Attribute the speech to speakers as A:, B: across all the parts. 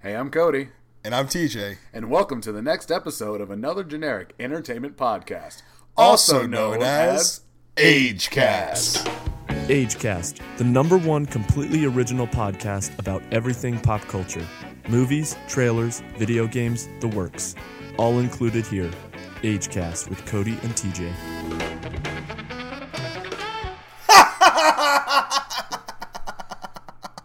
A: Hey, I'm Cody,
B: And I'm TJ.
A: and welcome to the next episode of another generic entertainment podcast,
B: Also known as AgeCast.
C: AgeCast, the number one completely original podcast about everything pop culture movies, trailers, video games, the works. All included here. AgeCast with Cody and TJ.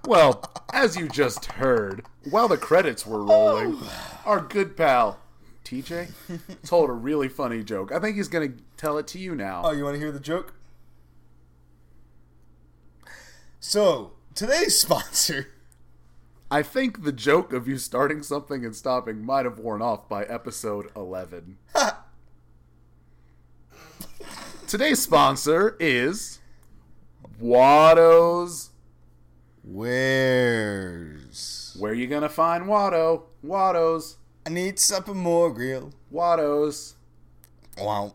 A: Well, as you just heard, while the credits were rolling, our good pal TJ told a really funny joke. I think he's going to tell it to you
B: Oh,
A: now.
B: you want to hear the joke? So, today's sponsor.
A: I think the joke of you starting something and stopping might have worn off by episode 11. Today's sponsor is Watto's
B: Where's.
A: Where you gonna find Watto? Watto's,
B: I need something more real.
A: Watto's.
B: Wow.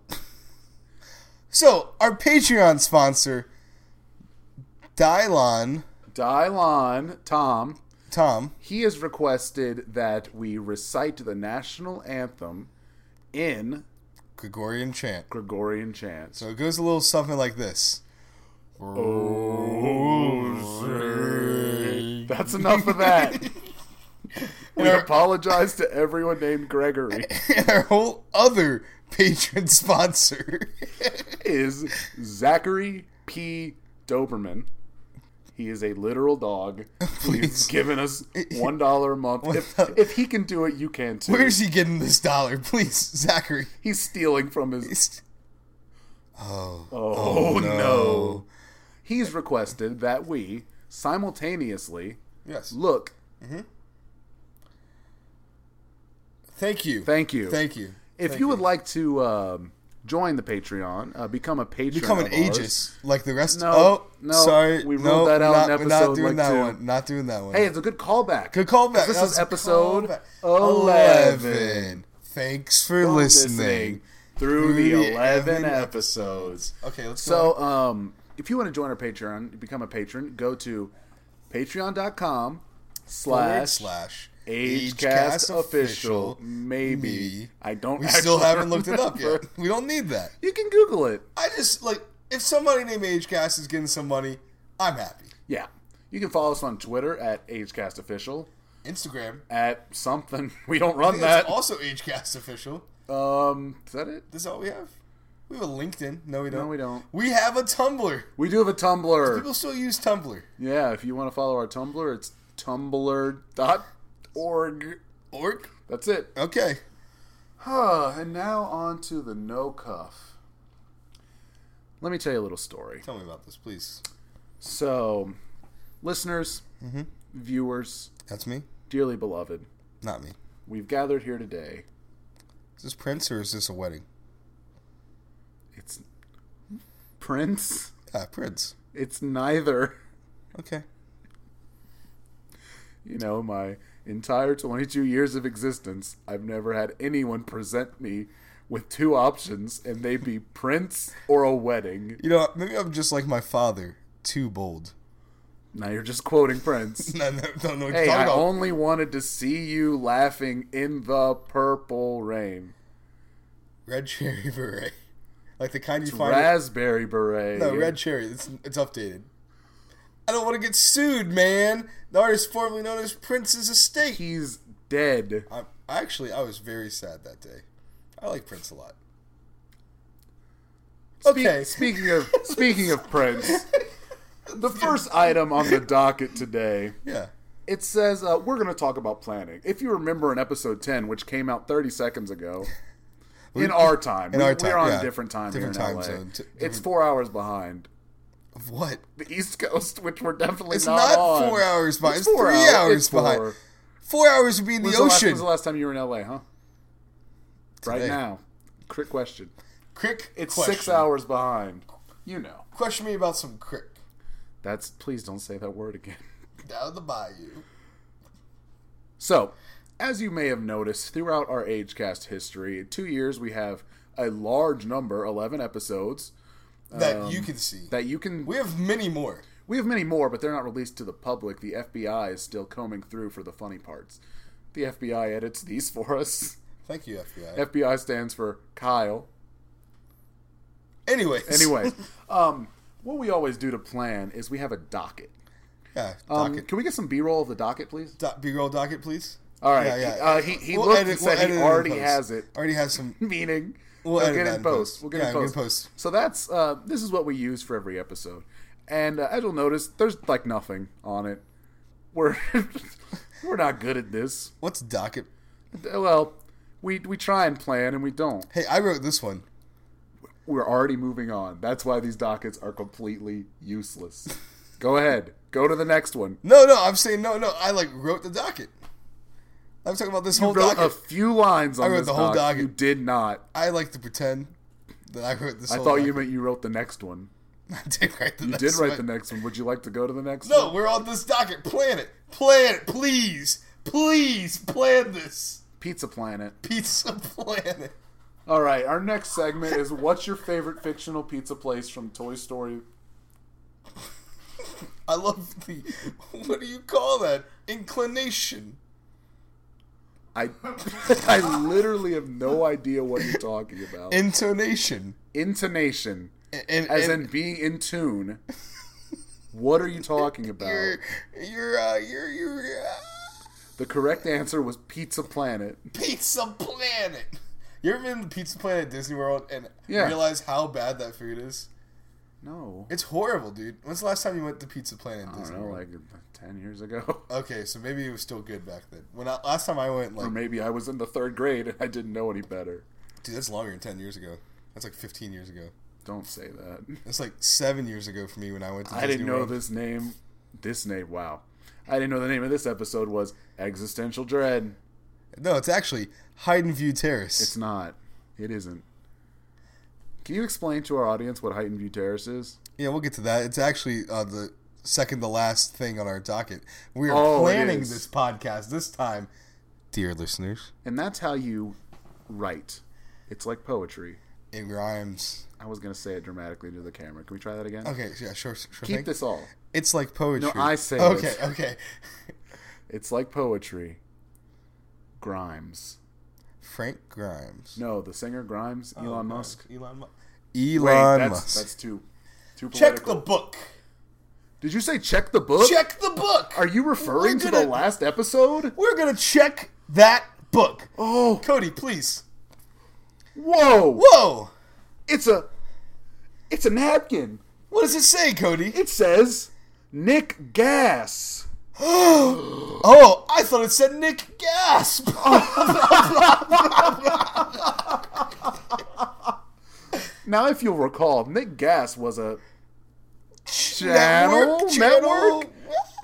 B: So, our Patreon sponsor, Dylon
A: Dylon, Tom,
B: Tom.
A: he has requested that we recite the national anthem in
B: Gregorian chant.
A: Gregorian chant.
B: So it goes a little something like this.
A: That's enough of that. we apologize to everyone named Gregory.
B: Our whole other patron sponsor.
A: Is Zachary P. Doberman. He is a literal dog. He's
B: Please.
A: given us one dollar a month. If,
B: dollar.
A: if he can do it, you can too.
B: Where's he getting this dollar? Please, Zachary.
A: He's stealing from his
B: It's-
A: Oh, no. He's requested that we simultaneously
B: Yes.
A: look.
B: Thank you.
A: Thank you.
B: Thank you.
A: If
B: Thank
A: you would like to um, join the Patreon, uh, become a patron,
B: become an
A: of ours-
B: aegis like the rest.
A: No,
B: oh,
A: no,
B: sorry.
A: we
B: no,
A: ruled that out
B: Not,
A: in
B: we're not
A: episode,
B: doing
A: like,
B: that
A: two.
B: one. Not doing that one.
A: Hey, it's a good callback.
B: good callback.
A: This is
B: That was a
A: episode
B: callback.
A: 11.
B: Thanks for
A: You're
B: listening.
A: through the
B: Through the
A: eleven
B: 11
A: episodes.
B: Okay, let's
A: So, um, if you want to join our Patreon, become a patron, go to patreon.com
B: forward
A: slash
B: slash
A: AgeCast official.
B: official.
A: Maybe.
B: Maybe.
A: I don't.
B: We still
A: actually
B: haven't looked it up yet.
A: remember.
B: We don't need that.
A: You can Google it.
B: I just like if somebody named AgeCast is getting some money, I'm happy.
A: Yeah, you can follow us on Twitter at AgeCast official
B: Instagram.
A: at something. We don't
B: I
A: run
B: think That's
A: that.
B: also AgeCast official.
A: Um, is that it?
B: That's all we have. We have a LinkedIn. No, we don't.
A: we don't.
B: We have a Tumblr.
A: We do have a Tumblr.
B: People still use Tumblr.
A: Yeah, if you want to follow our Tumblr, it's tumblr.org.
B: Orc.
A: That's it.
B: Okay.
A: Huh, and now on to the no cuff. Let me tell you a little story.
B: Tell me about this, please.
A: So, listeners, viewers,
B: That's me,
A: dearly beloved,
B: not me.
A: we've gathered here today.
B: Is this Prince or is this a wedding?
A: It's Prince.
B: Ah, Prince.
A: It's neither.
B: Okay.
A: You know, my entire 22 years of existence, I've never had anyone present me with two options, and they be Prince or a wedding.
B: You know, maybe I'm just like my father, too bold.
A: Now you're just quoting Prince.
B: No, no, don't know what
A: Hey,
B: you're
A: I
B: talking about.
A: only wanted to see you laughing in the purple rain.
B: Red cherry beret, like the kind you find. at-
A: Raspberry beret.
B: No, Red Cherry. It's, it's updated. I don't want to get sued, man. The artist formerly known as Prince's estate.
A: He's dead.
B: I, actually, I was very sad that day. I like Prince a lot. Okay.
A: Speaking of speaking of Prince, the first item on the docket today
B: Yeah.
A: it says uh, we're going to talk about planning. If you remember in episode 10, which came out 30 seconds ago, in our time,
B: in
A: we,
B: our
A: are
B: time,
A: on a
B: yeah.
A: different time
B: Different
A: here in
B: time
A: LA.
B: zone, t-
A: It's
B: different-
A: four hours behind
B: Of what?
A: the East Coast, which we're definitely
B: It's
A: not,
B: not
A: on.
B: four hours behind. It's
A: four
B: three hours
A: it's four.
B: behind. Four hours would be in
A: When's
B: the
A: the last-
B: ocean.
A: When's the last time you were in LA, huh? Right
B: Today.
A: now. Crick question.
B: Crick.
A: It's
B: question.
A: six hours behind. You know.
B: Question me about some crick
A: That's please don't say that word again.
B: down the bayou.
A: So, as you may have noticed throughout our AgeCast history, in two years we have a large number, eleven episodes
B: That you can see.
A: Um, that you can.
B: we have many more.
A: We have many more, but they're not released to the public. The FBI is still combing through for the funny parts. The FBI edits these for us.
B: Thank you, FBI.
A: FBI stands for Kyle.
B: Anyways.
A: Anyway, um, what we always do to plan is we have a docket.
B: Yeah,
A: Um,
B: docket.
A: Can we get some B-roll of the docket, please?
B: Do- B-roll docket, please.
A: All right.
B: Yeah, yeah.
A: Uh, he he
B: We'll
A: looked
B: edit-
A: and said
B: we'll edit
A: he
B: it in
A: already
B: post.
A: has it.
B: Already has some.
A: Meaning,
B: We'll edit
A: get it
B: that in
A: in
B: post.
A: post. We'll get
B: Yeah,
A: it
B: we'll
A: in
B: get
A: post.
B: it post.
A: So that's uh, this is what we use for every episode, and uh, as you'll notice, there's like nothing on it. We're we're not good at this.
B: What's docket?
A: Well, we we try and plan and we don't.
B: Hey, I wrote this one.
A: We're already moving on. That's why these dockets are completely useless. Go ahead. Go to the next one.
B: No, no, I'm saying no, no. I like wrote the docket. I'm talking about this whole
A: wrote a
B: docket.
A: few lines on
B: wrote
A: this
B: the whole
A: doc.
B: docket.
A: You did not.
B: I like to pretend that I wrote this.
A: I
B: whole
A: thought
B: docket.
A: you meant you wrote the next one.
B: I did write the.
A: You
B: next
A: did write the
B: one.
A: next one. Would you like to go to the next
B: No,
A: one?
B: we're on this docket. Plan it. Plan it, please, please plan this.
A: Pizza Planet.
B: Pizza planet.
A: All right, our next segment is what's your favorite fictional pizza place from Toy Story?
B: I love the. What do you call that? Inclination.
A: I I literally have no idea what you're talking about.
B: Intonation.
A: Intonation,
B: And,
A: as
B: and
A: in being in tune. What are you talking about?
B: you're you're uh, you're you're uh,
A: The correct answer was Pizza Planet.
B: Pizza Planet. You ever been to Pizza Planet at Disney World and
A: Yeah.
B: realize how bad that food is?
A: No.
B: It's horrible, dude. When's the last time you went to Pizza Planet at
A: I
B: Disney
A: don't know,
B: World?
A: like 10 years ago.
B: okay, so maybe it was still good back then. When I, last time I went, like,
A: Or maybe I was in the third grade and I didn't know any better.
B: dude, that's longer than ten years ago. That's like fifteen years ago.
A: Don't say that.
B: That's like seven years ago for me when I went to.
A: I
B: Disney
A: didn't know
B: World.
A: this name. This name, wow. I didn't know the name of this episode was Existential Dread.
B: No, it's actually Hyden View Terrace.
A: It's not. It isn't. Can you explain to our audience what Heightened View Terrace is?
B: Yeah, we'll get to that. It's actually uh, the second to last thing on our docket. We are
A: Oh, it
B: planning
A: is.
B: this podcast this time, dear listeners.
A: And that's how you write. It's like poetry.
B: It rhymes.
A: I was going to say it dramatically to the camera. Can we try that again?
B: Okay, yeah, sure, sure
A: Keep
B: thing.
A: this all.
B: It's like poetry.
A: No, I say
B: Okay,
A: it.
B: okay.
A: It's like poetry. Grimes.
B: Frank Grimes.
A: No, the singer Grimes, Elon Musk.
B: Elon, Mu-
A: Wait,
B: Oh, Elon
A: that's,
B: Musk.
A: that's too too
B: Check the
A: political.
B: book.
A: Did you say check the book?
B: Check the book.
A: Are you referring
B: We're
A: to the
B: gonna-
A: last episode?
B: We're gonna check that book.
A: Oh,
B: Cody, please.
A: whoa!
B: Whoa!
A: It's a it's a napkin.
B: What does it say, Cody?
A: It says Nick Gas.
B: Oh, I thought it said Nick Gasp.
A: Oh, Now, if you'll recall, Nick Gas was a
B: Network,
A: channel
B: channel,
A: network?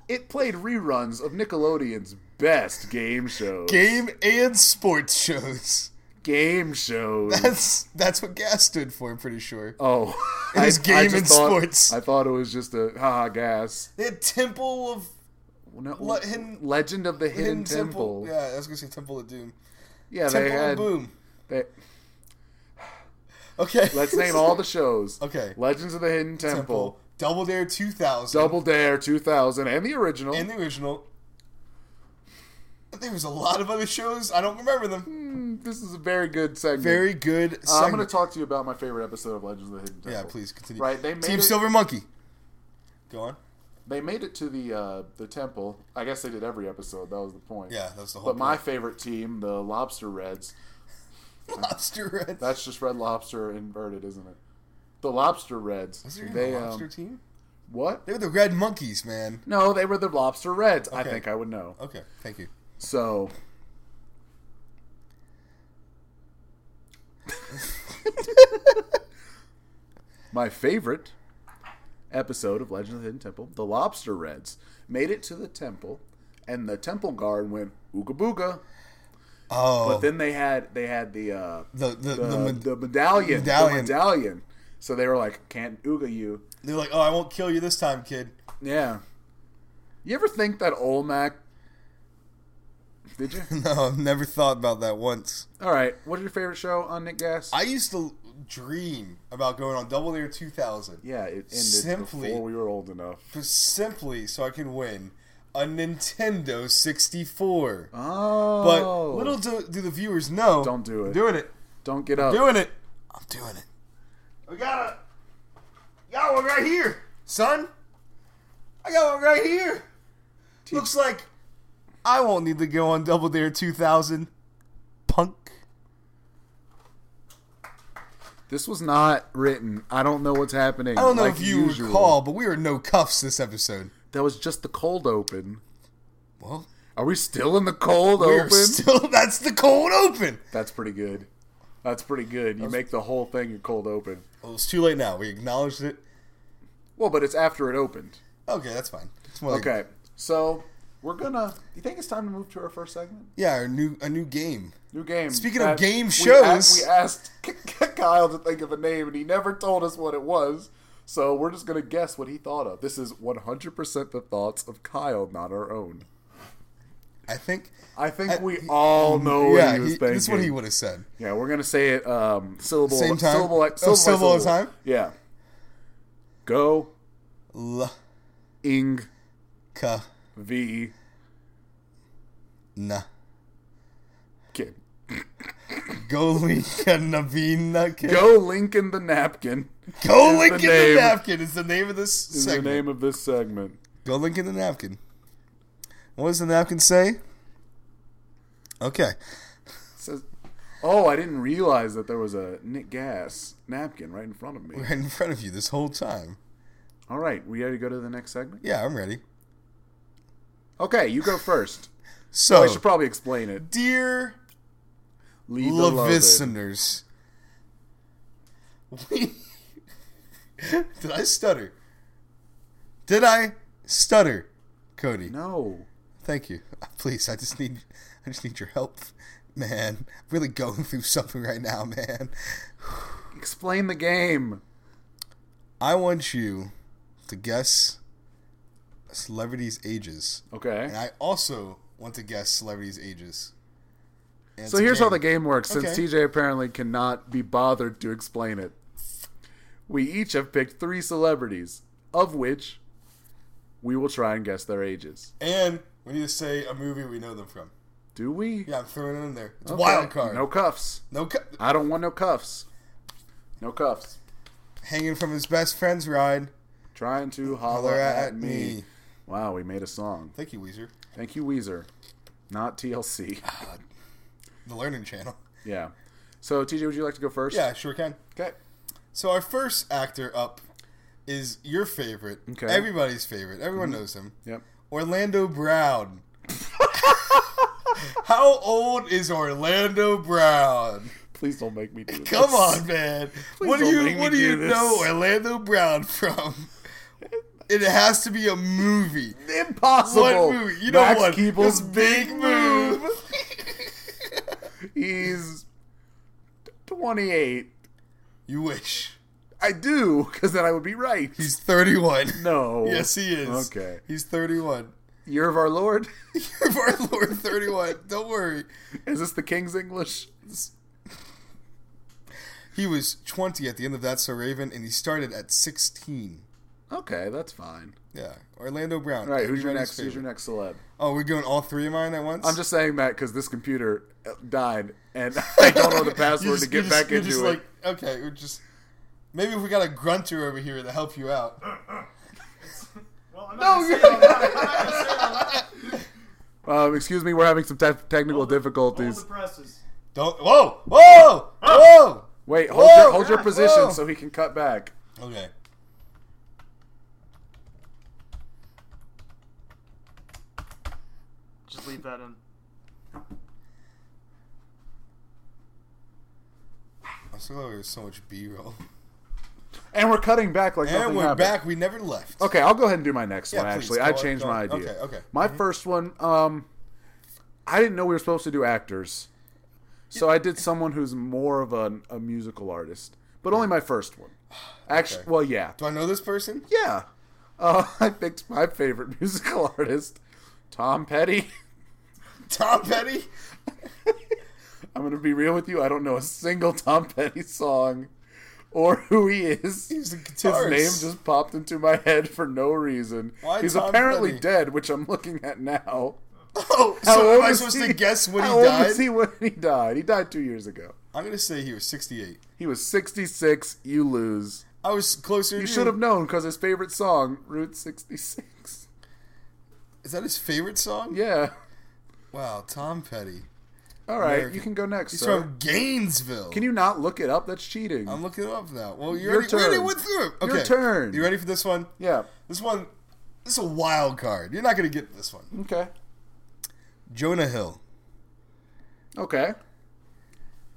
A: It played reruns of Nickelodeon's best game shows.
B: game and sports shows.
A: game shows.
B: That's that's what gas stood for. I'm pretty sure.
A: oh,
B: It was game
A: just
B: and
A: thought-
B: sports.
A: I thought it was just a haha gas.
B: The Temple of
A: Well, no,
B: Le- Hidden-
A: Legend of the Hidden,
B: Hidden
A: Temple.
B: Temple. Yeah, I was gonna say Temple of Doom.
A: Yeah, they
B: Temple
A: had.
B: of Boom.
A: they-
B: Okay.
A: Let's name all the shows.
B: Okay.
A: Legends of the Hidden Temple,
B: Temple. Double Dare 2000.
A: Double Dare 2000, and the original.
B: In the original. There was a lot of other shows. I don't remember them.
A: this is a very good segment.
B: Very good.
A: Uh, I'm going
B: segment.
A: to talk to you about my favorite episode of Legends of the Hidden Temple.
B: Yeah, please continue.
A: Right, they made
B: Team
A: it-
B: Silver Monkey. Go on.
A: They made it to the uh, the temple. I guess they did every episode. That was the point.
B: Yeah, that's the whole.
A: But my
B: point.
A: favorite team, the Lobster Reds.
B: lobster red.
A: That's just Red Lobster inverted, isn't it? The Lobster Reds.
B: Was there even
A: they
B: a lobster
A: um,
B: team?
A: what?
B: They were the red monkeys, man.
A: No, they were the Lobster Reds. I
B: Okay.
A: think I would know.
B: Okay, thank you.
A: So my favorite episode of Legend of the Hidden Temple, the Lobster Reds, made it to the temple, and the temple guard went ooga booga.
B: Oh,
A: But then they had they had the uh,
B: the the,
A: the,
B: the, med-
A: the medallion,
B: medallion.
A: the medallion. So they were like, "Can't ooga you."
B: they're like, oh, I won't kill you this time, kid.
A: Yeah. You ever think that Olmec? Did you?
B: No, I've never thought about that once.
A: All right. What's your favorite show on Nick Gas?
B: I used to dream about going on Double Dare 2000
A: Yeah, it ended
B: Simply-
A: before we were old enough.
B: just simply so I can win a Nintendo 64.
A: Oh,
B: But little do, do the viewers know.
A: Don't do it.
B: I'm doing it.
A: don't get up.
B: Doing it. I'm doing it. I got a. Got one right here, son. I got one right here. Looks like I won't need to go on Double Dare 2000. Punk.
A: This was not written. I don't know what's happening.
B: I don't know
A: like
B: if you
A: usual.
B: recall, but we were no cuffs this episode.
A: That was just the cold open.
B: Well,
A: Are we still in the cold
B: we're
A: open?
B: still. That's the cold open.
A: That's pretty good. That's pretty good. You make the whole thing a cold open.
B: Well, it's too late now. We acknowledged it.
A: Well, but it's after it opened.
B: Okay, that's fine. It's more like-
A: Okay, so we're gonna. You think it's time to move to our first segment?
B: yeah, our new a new game.
A: New game.
B: Speaking of
A: Uh,
B: game
A: we
B: shows-
A: asked- we asked Kyle to think of a name, and he never told us what it was. So we're just gonna guess what he thought of. This is 100% the thoughts of Kyle, not our own.
B: I think.
A: I think
B: I-
A: we
B: he-
A: all know what
B: yeah,
A: he was
B: he-
A: thinking.
B: that's what he would have said.
A: Yeah, we're gonna say it um, syllable,
B: Same time?
A: syllable,
B: Oh,
A: syllable, by
B: syllable at a time?
A: Yeah. Go
B: L
A: ing
B: ka
A: v
B: na
A: kid.
B: Goalie Navina.
A: Go Lincoln the napkin
B: Go
A: is
B: Lincoln
A: the
B: the
A: name.
B: napkin is the name of this
A: is
B: segment.
A: the name of this segment.
B: Go Lincoln the napkin. What does the napkin say? Okay.
A: It says, oh, I didn't realize that there was a Nick Gas napkin right in front of me.
B: Right in front of you this whole time.
A: All right, we ready to go to the next segment?
B: Yeah, I'm ready.
A: Okay, you go first.
B: So,
A: I should probably explain it.
B: dear
A: Leave the love in.
B: listeners, we did I stutter? Did I stutter, Cody?
A: No.
B: Thank you. Please, I just need I just need your help, man. I'm really going through something right now, man.
A: Explain the game.
B: I want you to guess celebrities' ages,
A: Okay.
B: and I also want to guess celebrities' ages. And
A: So
B: it's a
A: here's how the game works since
B: Okay.
A: TJ apparently cannot be bothered to explain it. We each have picked three celebrities, of which we will try and guess their ages.
B: And we need to say a movie we know them from.
A: Do we?
B: Yeah, I'm throwing it in there. It's a
A: Okay.
B: wild card.
A: No cuffs.
B: No cu-
A: I don't want no cuffs. No cuffs.
B: hanging from his best friend's ride.
A: Trying to holler,
B: Holler
A: at,
B: at
A: me.
B: me.
A: Wow, we made a song.
B: Thank you, Weezer.
A: Thank you, Weezer. Not TLC.
B: The Learning Channel.
A: Yeah. So, TJ, would you like to go first?
B: Yeah, sure can.
A: Okay.
B: So our first actor up is your favorite.
A: Okay. Mm-hmm.
B: Everybody's favorite. Everyone knows him.
A: Yep.
B: Orlando Brown. How old is Orlando Brown?
A: Please don't make me do this.
B: Come on, man. what do
A: don't
B: you
A: make me
B: what do, you
A: do this.
B: know Orlando Brown from? It has to be a movie.
A: Impossible.
B: What movie? You know
A: Max
B: what?
A: Keeble's
B: This
A: big move. He's 28.
B: you wish.
A: I do, because then I would be right.
B: He's 31.
A: no.
B: Yes, he is.
A: Okay.
B: He's 31.
A: Year of our Lord.
B: Year of our Lord 31. Don't worry.
A: Is this the King's English?
B: He was 20 at the end of That's So Raven, and he started at 16.
A: Okay, that's fine.
B: Yeah. Orlando Brown.
A: All right, who's your
B: everybody's
A: next? Who's your
B: favorite.
A: next celeb?
B: Oh, we're doing all three of mine at once?
A: I'm just saying that because this computer uh, died, and I don't know the
B: You're
A: password to
B: just-
A: get
B: you're
A: back
B: just, you're
A: into
B: just
A: it.
B: like, okay, we're just. Maybe if we got a grunter over here to help you out.
D: Well, I'm not gonna say all that.
B: "Oh,
A: Um, excuse me, we're having some te- technical
D: Hold
A: difficulties.
D: the presses.
B: Don't. Whoa! Whoa! Whoa!
A: Wait, hold
B: Whoa!
A: your hold your
D: Yeah,
A: position
B: whoa.
A: so he can cut back.
B: Okay.
D: Just leave that in.
B: I'm so glad there's so much B roll.
A: And we're cutting back like
B: And
A: nothing
B: we're
A: happened.
B: back. We never left.
A: Okay, I'll go ahead and do my next
B: Yeah,
A: one.
B: please,
A: Actually,
B: go
A: I
B: on,
A: changed
B: go
A: my
B: on.
A: idea.
B: Okay, Mm-hmm. okay.
A: My first one, um, I didn't know we were supposed to do actors, so I did someone who's more of an, a musical artist, but only my first one. Actually, well, yeah,
B: Do I know this person?
A: yeah. Uh, I picked my favorite musical artist, Tom Petty.
B: Tom Petty?
A: I'm gonna be real with you. I don't know a single Tom Petty song, or who he is.
B: He's a
A: His
B: guitarist.
A: name just popped into my head for no reason.
B: Why
A: He's
B: Tom
A: apparently
B: Petty?
A: dead, which I'm looking at now.
B: Oh,
A: How
B: so
A: old
B: am I
A: is
B: supposed
A: he?
B: to guess when he
A: How old
B: died?
A: was he when he died? He died two years ago.
B: I'm gonna say he was 68.
A: He was 66. You lose.
B: I was closer. to
A: You should have known because his favorite song, Route 66.
B: Is that his favorite song?
A: Yeah.
B: Wow, Tom Petty.
A: All right,
B: American.
A: you can go next,
B: He's
A: sir.
B: from Gainesville.
A: Can you not look it up? That's cheating.
B: I'm looking it up now. Well, you
A: Your
B: already, we already
A: turn.
B: went through it. Okay.
A: Your turn.
B: You ready for this one?
A: yeah.
B: This one. This is a wild card. You're not gonna get this one.
A: Okay.
B: Jonah Hill.
A: Okay.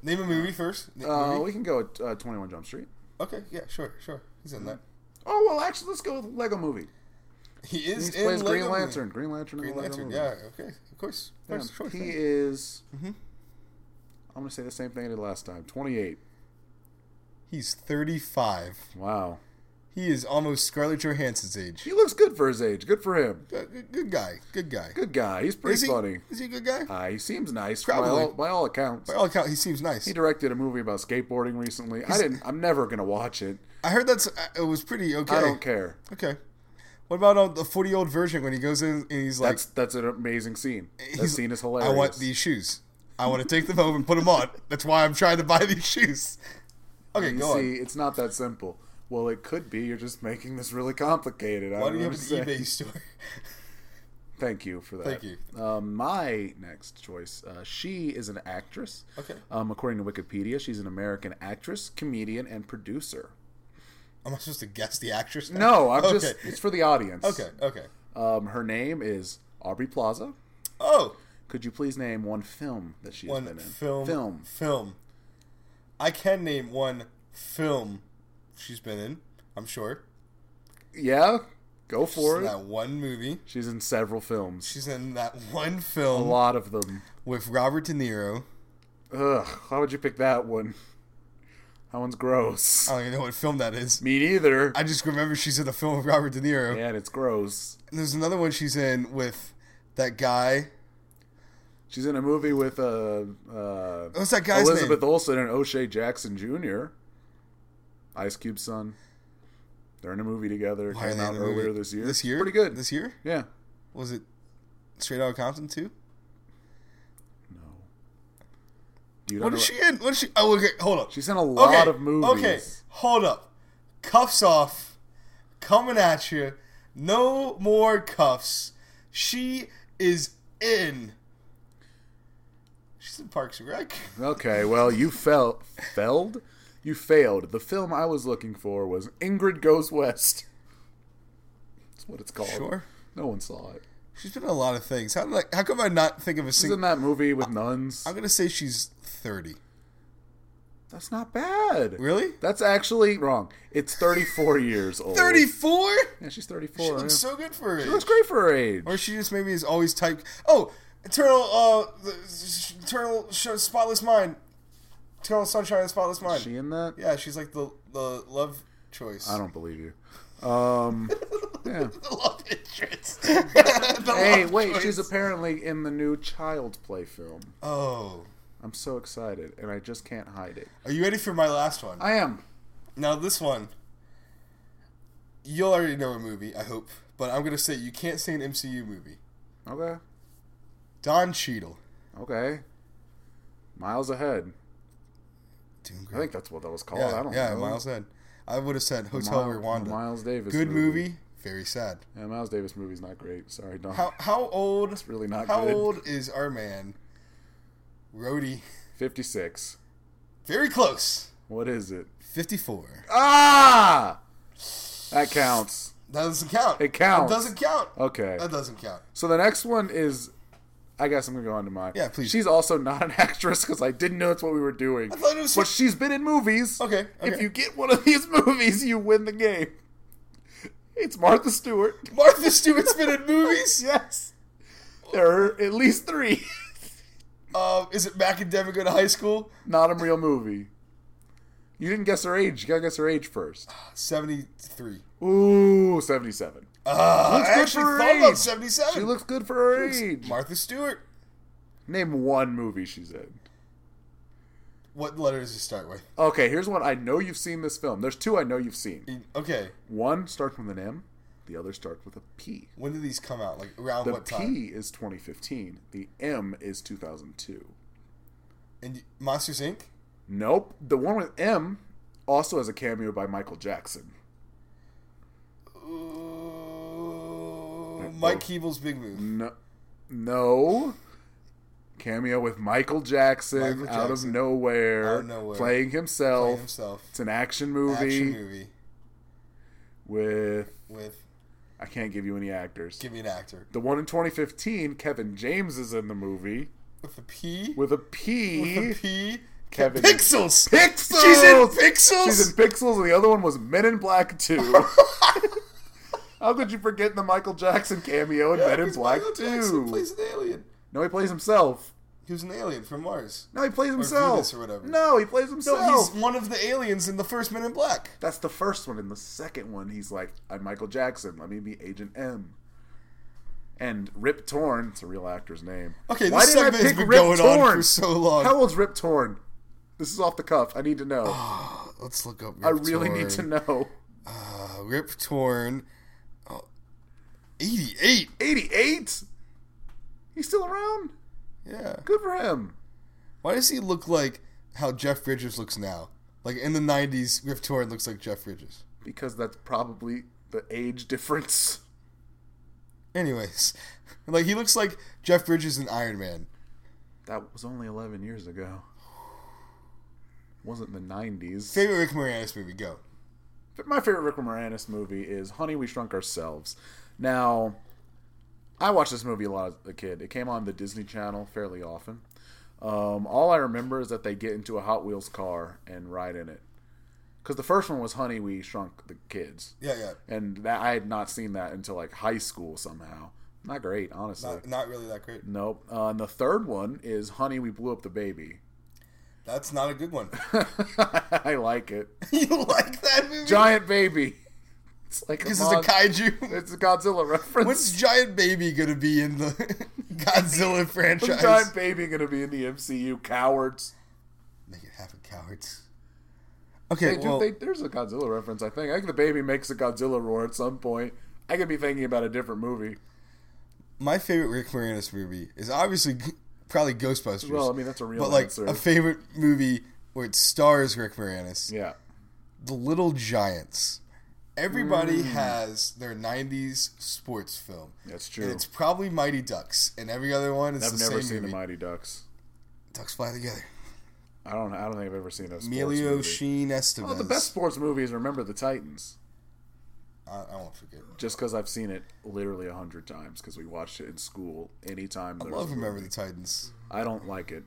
B: Name a movie first. Name a
A: Uh,
B: movie.
A: we can go at uh, 21 Jump Street.
B: Okay. Yeah. Sure. Sure. He's in that.
A: Oh, well, actually, let's go with Lego Movie.
B: He is
A: He
B: in
A: plays
B: Lego
A: Green
B: Movie.
A: Lantern. Green Lantern. in
B: Green
A: the Lego
B: Lantern.
A: Movie.
B: Yeah. Okay. Of course. Of
A: Yeah.
B: course, sure,
A: he
B: thanks.
A: is.
B: Mm-hmm.
A: I'm going to say the same thing I did last time 28.
B: He's 35.
A: Wow.
B: He is almost Scarlett Johansson's age.
A: He looks good for his age. Good for him.
B: Good, good- good guy. Good guy.
A: Good guy. He's pretty
B: is he,
A: funny.
B: Is he a good guy?
A: Uh, he seems nice. By
B: Probably.
A: all, by all accounts.
B: By all accounts, he seems nice.
A: He directed a movie about skateboarding recently. I didn't. I'm never gonna watch it.
B: I heard that's uh, it was pretty okay.
A: I don't care.
B: Okay. What about uh, the forty-year-old version when he goes in and he's like,
A: That's that's an amazing scene. That
B: he's-
A: scene is hilarious.
B: I want these shoes. I want to take them home and put them on. That's why I'm trying to buy these shoes. Okay,
A: You
B: go
A: see,
B: on.
A: it's not that simple. Well, it could be. You're just making this really complicated. I
B: Why do
A: don't
B: you have an
A: understand.
B: eBay store?
A: Thank you for that.
B: Thank you.
A: Um, my next choice. Uh, she is an actress.
B: Okay.
A: Um, according to Wikipedia, she's an American actress, comedian, and producer.
B: Am I supposed to guess the actress? now?
A: No, I'm
B: okay.
A: just. It's for the audience.
B: Okay. Okay.
A: Um, her name is Aubrey Plaza.
B: Oh,
A: Could you please name one film that she's
B: one
A: been in?
B: film.
A: Film.
B: Film. I can name one film she's been in. I'm sure.
A: Yeah, go
B: She's
A: for
B: in
A: it.
B: that one movie.
A: She's in several films.
B: She's in that one
A: a
B: film
A: lot of them.
B: with Robert De Niro.
A: Ugh, how would you pick that one? That one's gross.
B: I don't even know what film that is.
A: Me neither.
B: I just remember she's in a film with Robert De Niro.
A: Yeah, and it's gross.
B: And there's another one she's in with that guy.
A: She's in a movie with uh, uh,
B: What's Oh, that guy's
A: Elizabeth
B: name?
A: Olsen and O'Shea Jackson Jr. Ice Cube's son. They're in a movie together.
B: Why are
A: Came
B: they
A: out
B: in the movie?
A: earlier this year.
B: This year?
A: pretty good.
B: This year?
A: yeah.
B: Was it Straight Outta Compton too?
A: No. You don't
B: What
A: know
B: is she in? What is she? Oh, okay. Hold up.
A: She's in a lot
B: okay.
A: of movies.
B: Okay. Hold up. Cuffs off. Coming at you. No more cuffs. She is in. She's in Parks and Rec.
A: Okay, well, you fell, felled, you failed. The film I was looking for was Ingrid Goes West. That's what it's called.
B: Sure.
A: No one saw it.
B: She's been in a lot of things. How did I, How come I not think of a
A: She's in
B: single?
A: that movie with nuns.
B: I'm gonna say she's thirty.
A: That's not bad.
B: Really?
A: That's actually wrong. It's 34 years old.
B: Thirty-four.
A: Yeah, she's
B: She
A: 34.
B: looks
A: yeah.
B: so good for her.
A: She
B: age.
A: looks great for her age.
B: Or she just maybe is always type. Oh, eternal, uh, the- sh- eternal, sh- spotless mind, eternal sunshine of the spotless mind.
A: Is she in that?
B: yeah, she's like the the love choice.
A: I don't believe you. Um, yeah.
B: The love interest. The
A: Hey,
B: love
A: wait,
B: Oh, choice.
A: she's apparently in the new Child's Play film.
B: Oh,
A: I'm so excited, and I just can't hide it.
B: are you ready for my last one?
A: I am.
B: now this one, you'll already know a movie, I hope, but I'm gonna say you can't say an MCU movie.
A: Okay.
B: Don Cheadle.
A: Okay. Miles ahead.
B: Doing
A: I think that's what that was called.
B: Yeah,
A: Oh, I don't
B: yeah,
A: know.
B: Miles said. I would have said
A: Mile-
B: Hotel Rwanda.
A: Miles Davis.
B: Good movie, very sad.
A: Yeah, Miles Davis movie's not great. Sorry, Don.
B: How how old?
A: Oh. really not
B: How
A: good.
B: old is our man, Rhodey?
A: 56.
B: Very close.
A: What is it?
B: Fifty-four.
A: Ah! That counts.
B: That doesn't count.
A: It counts.
B: That doesn't count.
A: Okay.
B: That doesn't count.
A: So the next one is. I guess I'm going to go on to mine.
B: Yeah, please.
A: She's also not an actress because I didn't know that's what we were doing. I
B: thought it was-
A: But she's been in movies.
B: Okay,
A: If
B: okay.
A: you get one of these movies, you win the game. It's Martha Stewart.
B: Martha Stewart's been in movies.
A: Yes. There are at least three.
B: Um, is it Mac and Devin go to high school?
A: Not a real movie. You didn't guess her age. You gotta guess her age first.
B: Seventy-three.
A: Ooh, 77.
B: Uh,
A: Looks
B: I
A: good
B: actually
A: for her
B: thought about
A: age.
B: seventy-seven.
A: She looks good for her age.
B: Martha Stewart.
A: Name one movie she's in.
B: What letter does it start with?
A: Okay, here's one. I know you've seen this film. There's two I know you've seen.
B: E, Okay,
A: One starts with an M, the other starts with a P.
B: when did these come out? Like around
A: The
B: what
A: P
B: time?
A: is 2015. The M is 2002.
B: And you- Monsters Inc.
A: Nope. The one with M also has a cameo by Michael Jackson.
B: Ooh, Mike Keeble's Big Move.
A: No, no. Cameo with Michael Jackson,
B: Michael
A: out of
B: Jackson.
A: nowhere,
B: Out of nowhere.
A: playing himself.
B: Playing himself.
A: It's an action movie
B: Action movie
A: with
B: with
A: I can't give you any actors.
B: give me an actor
A: the one in 2015, Kevin James is in the movie
B: with a P.
A: with a P.
B: With a P.
A: Kevin
B: Pixels.
A: Pixels.
B: She's in Pixels.
A: She's in Pixels, and the other one was Men in Black Two. How could you forget the Michael Jackson cameo in Men in
B: Because
A: Black
B: Michael Jackson
A: Two?
B: plays an alien.
A: No, he plays himself.
B: He was an alien from Mars.
A: No, he plays
B: Venus
A: himself.
B: or whatever.
A: No, he plays himself.
B: No, he's one of the aliens in the first Men in Black.
A: That's the first one. In the second one, he's like, I'm Michael Jackson. Let me be Agent M. And Rip Torn, it's a real actor's name.
B: Okay, this segment has been going on for so long.
A: How old's Rip Torn? This is off the cuff. I need to know.
B: Let's look up. Rip
A: I really
B: Torn.
A: need to know.
B: Uh, Rip Torn, oh, eighty-eight.
A: 88? He's still around?
B: Yeah.
A: Good for him.
B: Why does he look like how Jeff Bridges looks now? Like in the '90s, Rip Torn looks like Jeff Bridges.
A: Because that's probably the age difference.
B: Anyways, like he looks like Jeff Bridges in Iron Man.
A: That was only 11 years ago. Wasn't the 90s.
B: Favorite Rick Moranis movie? Go.
A: my favorite Rick Moranis movie is Honey, We Shrunk Ourselves. Now, I watched this movie a lot as a kid. It came on the Disney Channel fairly often. Um, all I remember is that they get into a Hot Wheels car and ride in it. Because the first one was Honey, We Shrunk the Kids.
B: Yeah, yeah.
A: And that I had not seen that until like high school somehow. Not great, honestly.
B: Not, not really that great.
A: nope. Uh, and the third one is Honey, We Blew Up the Baby.
B: That's not a good one.
A: I like it.
B: you like that movie?
A: Giant baby. It's like
B: This
A: a
B: is a
A: mon-
B: kaiju.
A: It's a Godzilla reference.
B: When's Giant Baby gonna be in the Godzilla
A: When's
B: franchise?
A: Giant Baby gonna be in the MCU? Cowards.
B: Make it happen, cowards. Okay,
A: They do,
B: well,
A: they, there's a Godzilla reference, I think. I think the baby makes a Godzilla roar at some point. I could be thinking about a different movie.
B: my favorite Rick Moranis movie is obviously g- probably Ghostbusters.
A: Well, I mean, that's a real
B: but like
A: answer.
B: a favorite movie where it stars Rick Moranis,
A: yeah.
B: The Little Giants. Everybody has their '90s sports film.
A: Mm. That's
B: And
A: true.
B: it's probably Mighty Ducks, and every other one is
A: I've
B: the
A: never
B: same
A: seen
B: movie.
A: the Mighty Ducks.
B: Ducks fly together.
A: I don't. I don't think I've ever seen a sports
B: Emilio
A: movie.
B: Sheen Estevez.
A: Well, the best sports movie is Remember the Titans,
B: I, I won't forget.
A: just because I've seen it literally a hundred times because we watched it in school anytime.
B: I love Remember the Titans.
A: I don't like it.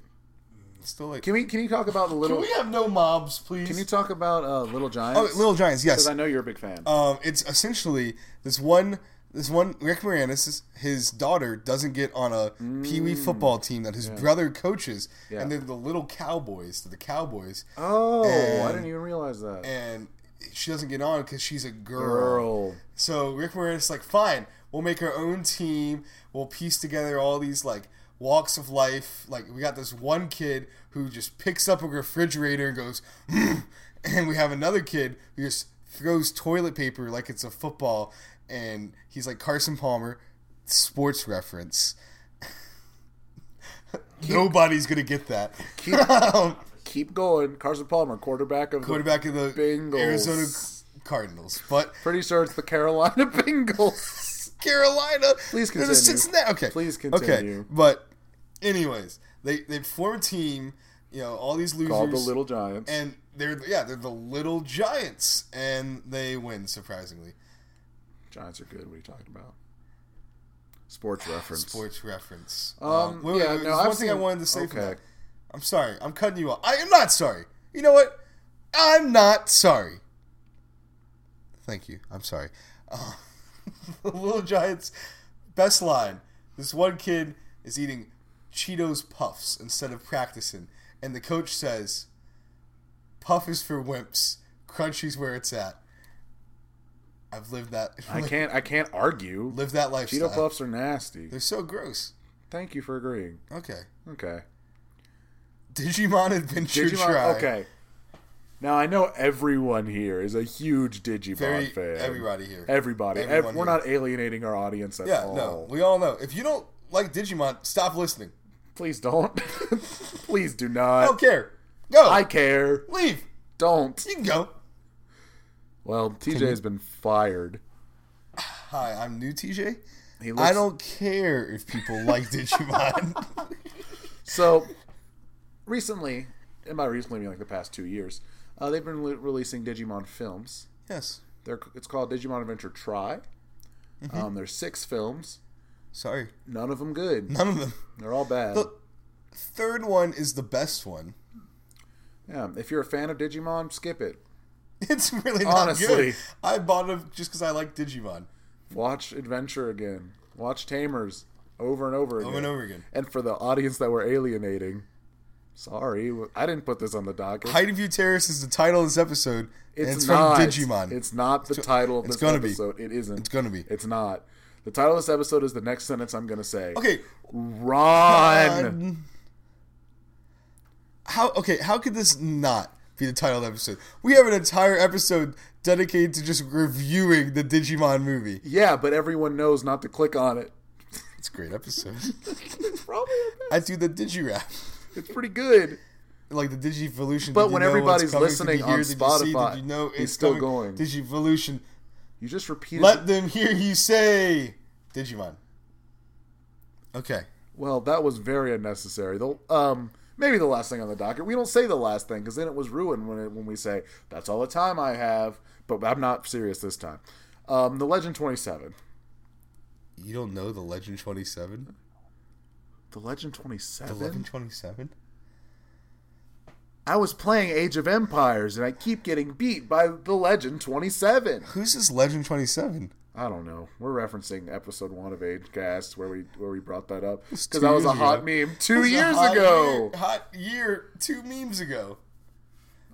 B: Still like.
A: Can we? Can you talk about the little?
B: Can we have no mobs, please?
A: Can you talk about uh, Little Giants?
B: Oh, Little Giants. Yes.
A: Because I know you're a big fan.
B: Um, it's essentially this one. This one, Rick Moranis, his daughter doesn't get on a pee wee football team that his brother coaches,
A: Mm. Yeah.
B: and they're the little cowboys, they're the cowboys,
A: oh, I
B: and-
A: didn't even realize that.
B: and she doesn't get on because she's a girl.
A: Girl.
B: So Rick Moranis is like, fine, we'll make our own team. We'll piece together all these like walks of life. Like we got this one kid who just picks up a refrigerator and goes, "Hmm," and we have another kid who just throws toilet paper like it's a football, and he's like Carson Palmer, sports reference. Nobody's gonna get that. Um,
A: Keep going. Carson Palmer, quarterback of
B: quarterback of the
A: Bengals.
B: Arizona Cardinals, but
A: the. Pretty sure it's the Carolina Bengals.
B: Carolina.
A: Please
B: They're the
A: continue.
B: Cincinnati. Okay.
A: Please
B: Okay.
A: continue.
B: But, anyways, they they form a team. You know, all these losers.
A: Called the Little Giants.
B: And they're yeah, they're the little giants, and they win surprisingly.
A: Giants are good. What are you talking about? Sports reference.
B: Sports reference.
A: Um,
B: wait, wait,
A: yeah,
B: wait,
A: no,
B: there's
A: I've
B: one thing I
A: seen-
B: wanted to say from
A: okay.
B: that. I'm sorry. I'm cutting you off. I am not sorry. You know what? I'm not sorry. Thank you. I'm sorry. Uh, the Little Giants' best line. This one kid is eating Cheetos Puffs instead of practicing, and the coach says, "Puff is for wimps. Crunchy's where it's at." I've lived that.
A: I can't. I can't argue.
B: lived that lifestyle.
A: Cheeto puffs are nasty.
B: They're so gross.
A: Thank you for agreeing.
B: Okay.
A: Okay.
B: Digimon Adventure
A: Digimon.
B: Try.
A: Okay. Now I know everyone here is a huge Digimon
B: Very-
A: fan.
B: everybody here.
A: Everybody. Ev-
B: Everyone
A: we're
B: here.
A: not alienating our audience at
B: Yeah,
A: all.
B: no, we all know. If you don't like Digimon, stop listening.
A: Please don't. Please do
B: I
A: not.
B: don't care. Go.
A: I care.
B: leave.
A: Don't.
B: You can go.
A: Well, TJ has been fired.
B: Hi, I'm new TJ.
A: He looks,
B: I don't care if people like Digimon.
A: So, recently, and by recently, I mean like the past two years, uh, they've been re- releasing Digimon films.
B: yes.
A: They're, it's called Digimon Adventure Try. Um, there's six films.
B: Sorry.
A: None of them good.
B: None of them.
A: They're all bad.
B: The third one is the best one.
A: Yeah, if you're a fan of Digimon, skip it.
B: It's really not
A: Honestly.
B: good. I bought it just because I like Digimon.
A: Watch Adventure again. Watch Tamers over and over again.
B: Over and over again.
A: And for the audience that we're alienating, sorry, I didn't put this on the docket.
B: Height of View Terrace is the title of this episode. and it's
A: not.
B: from Digimon.
A: It's not the title of
B: it's
A: this
B: gonna be.
A: episode. It isn't.
B: It's gonna be.
A: It's not. The title of this episode is the next sentence I'm gonna say.
B: okay.
A: Ron.
B: Um, how okay? How could this not be the title of the episode? We have an entire episode dedicated to just reviewing the Digimon movie.
A: Yeah, but everyone knows not to click on it.
B: It's a great episode.
A: Probably.
B: I do the Digirap,
A: It's pretty good.
B: like the Digivolution.
A: But
B: Did you
A: when
B: know it's
A: everybody's
B: coming? Did
A: listening
B: you
A: on
B: Did you see?
A: Spotify,
B: Did you know
A: he's
B: it's
A: still
B: coming?
A: going.
B: Digivolution.
A: You just repeated.
B: Let them hear you say Digimon. Okay.
A: Well, that was very unnecessary. The um maybe the last thing on the docket. We don't say the last thing because then it was ruined when it, when we say that's all the time I have. But I'm not serious this time. Um, the Legend 27.
B: You don't know the Legend 27?
A: The Legend
B: The
A: 27.
B: Legend 27?
A: I was playing Age of Empires and I keep getting beat by the Legend 27.
B: Who's this Legend 27?
A: I don't know. We're referencing episode one of Age Cast where we where we brought that up
B: It's
A: because
B: two
A: that was a
B: years
A: hot
B: ago.
A: meme two
B: That's a
A: years
B: hot
A: ago.
B: year- hot year, two memes ago.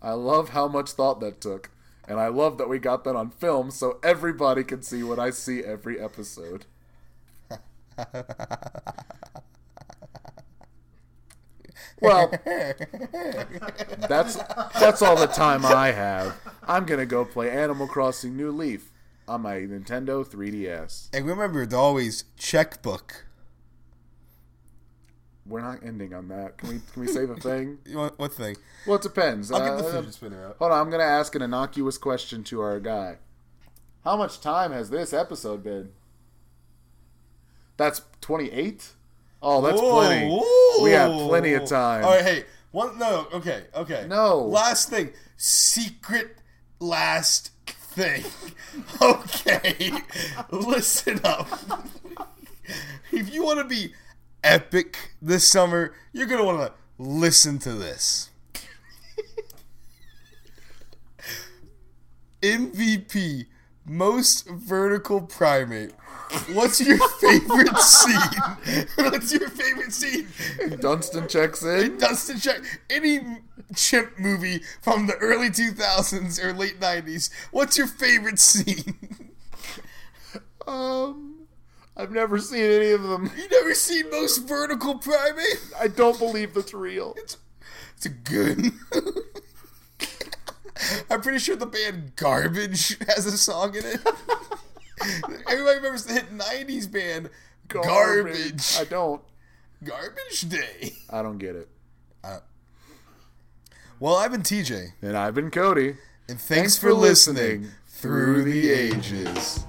A: I love how much thought that took, and I love that we got that on film so everybody can see what I see every episode. well, that's that's all the time I have. I'm gonna go play Animal Crossing New Leaf on my Nintendo 3DS.
B: And remember to always checkbook.
A: We're not ending on that. Can we can we save a thing?
B: You know, One thing.
A: Well, it depends.
B: I'll get the
A: Uh,
B: fidget spinner out.
A: Hold on, I'm gonna ask an innocuous question to our guy. How much time has this episode been? That's 28. Oh, that's
B: Whoa,
A: plenty.
B: whoa.
A: We have plenty of time.
B: All right, hey. One, no, okay, okay.
A: No.
B: Last thing. Secret last thing. Okay. Listen up. if you want to be epic this summer, you're going to want to listen to this. MVP, most vertical primate. What's your favorite scene? What's your favorite scene?
A: Dunstan checks in.
B: Dustin Check, any chimp movie from the early 2000s or late 90s. What's your favorite scene?
A: Um, I've never seen any of them.
B: You never seen most vertical primate?
A: I don't believe that's real.
B: It's good. I'm pretty sure the band Garbage has a song in it. Everybody remembers the hit 90s band Garbage.
A: I don't.
B: Garbage Day.
A: I don't get it.
B: Well, I've been TJ,
A: And I've been Cody.
B: and thanks, for, listening through the ages.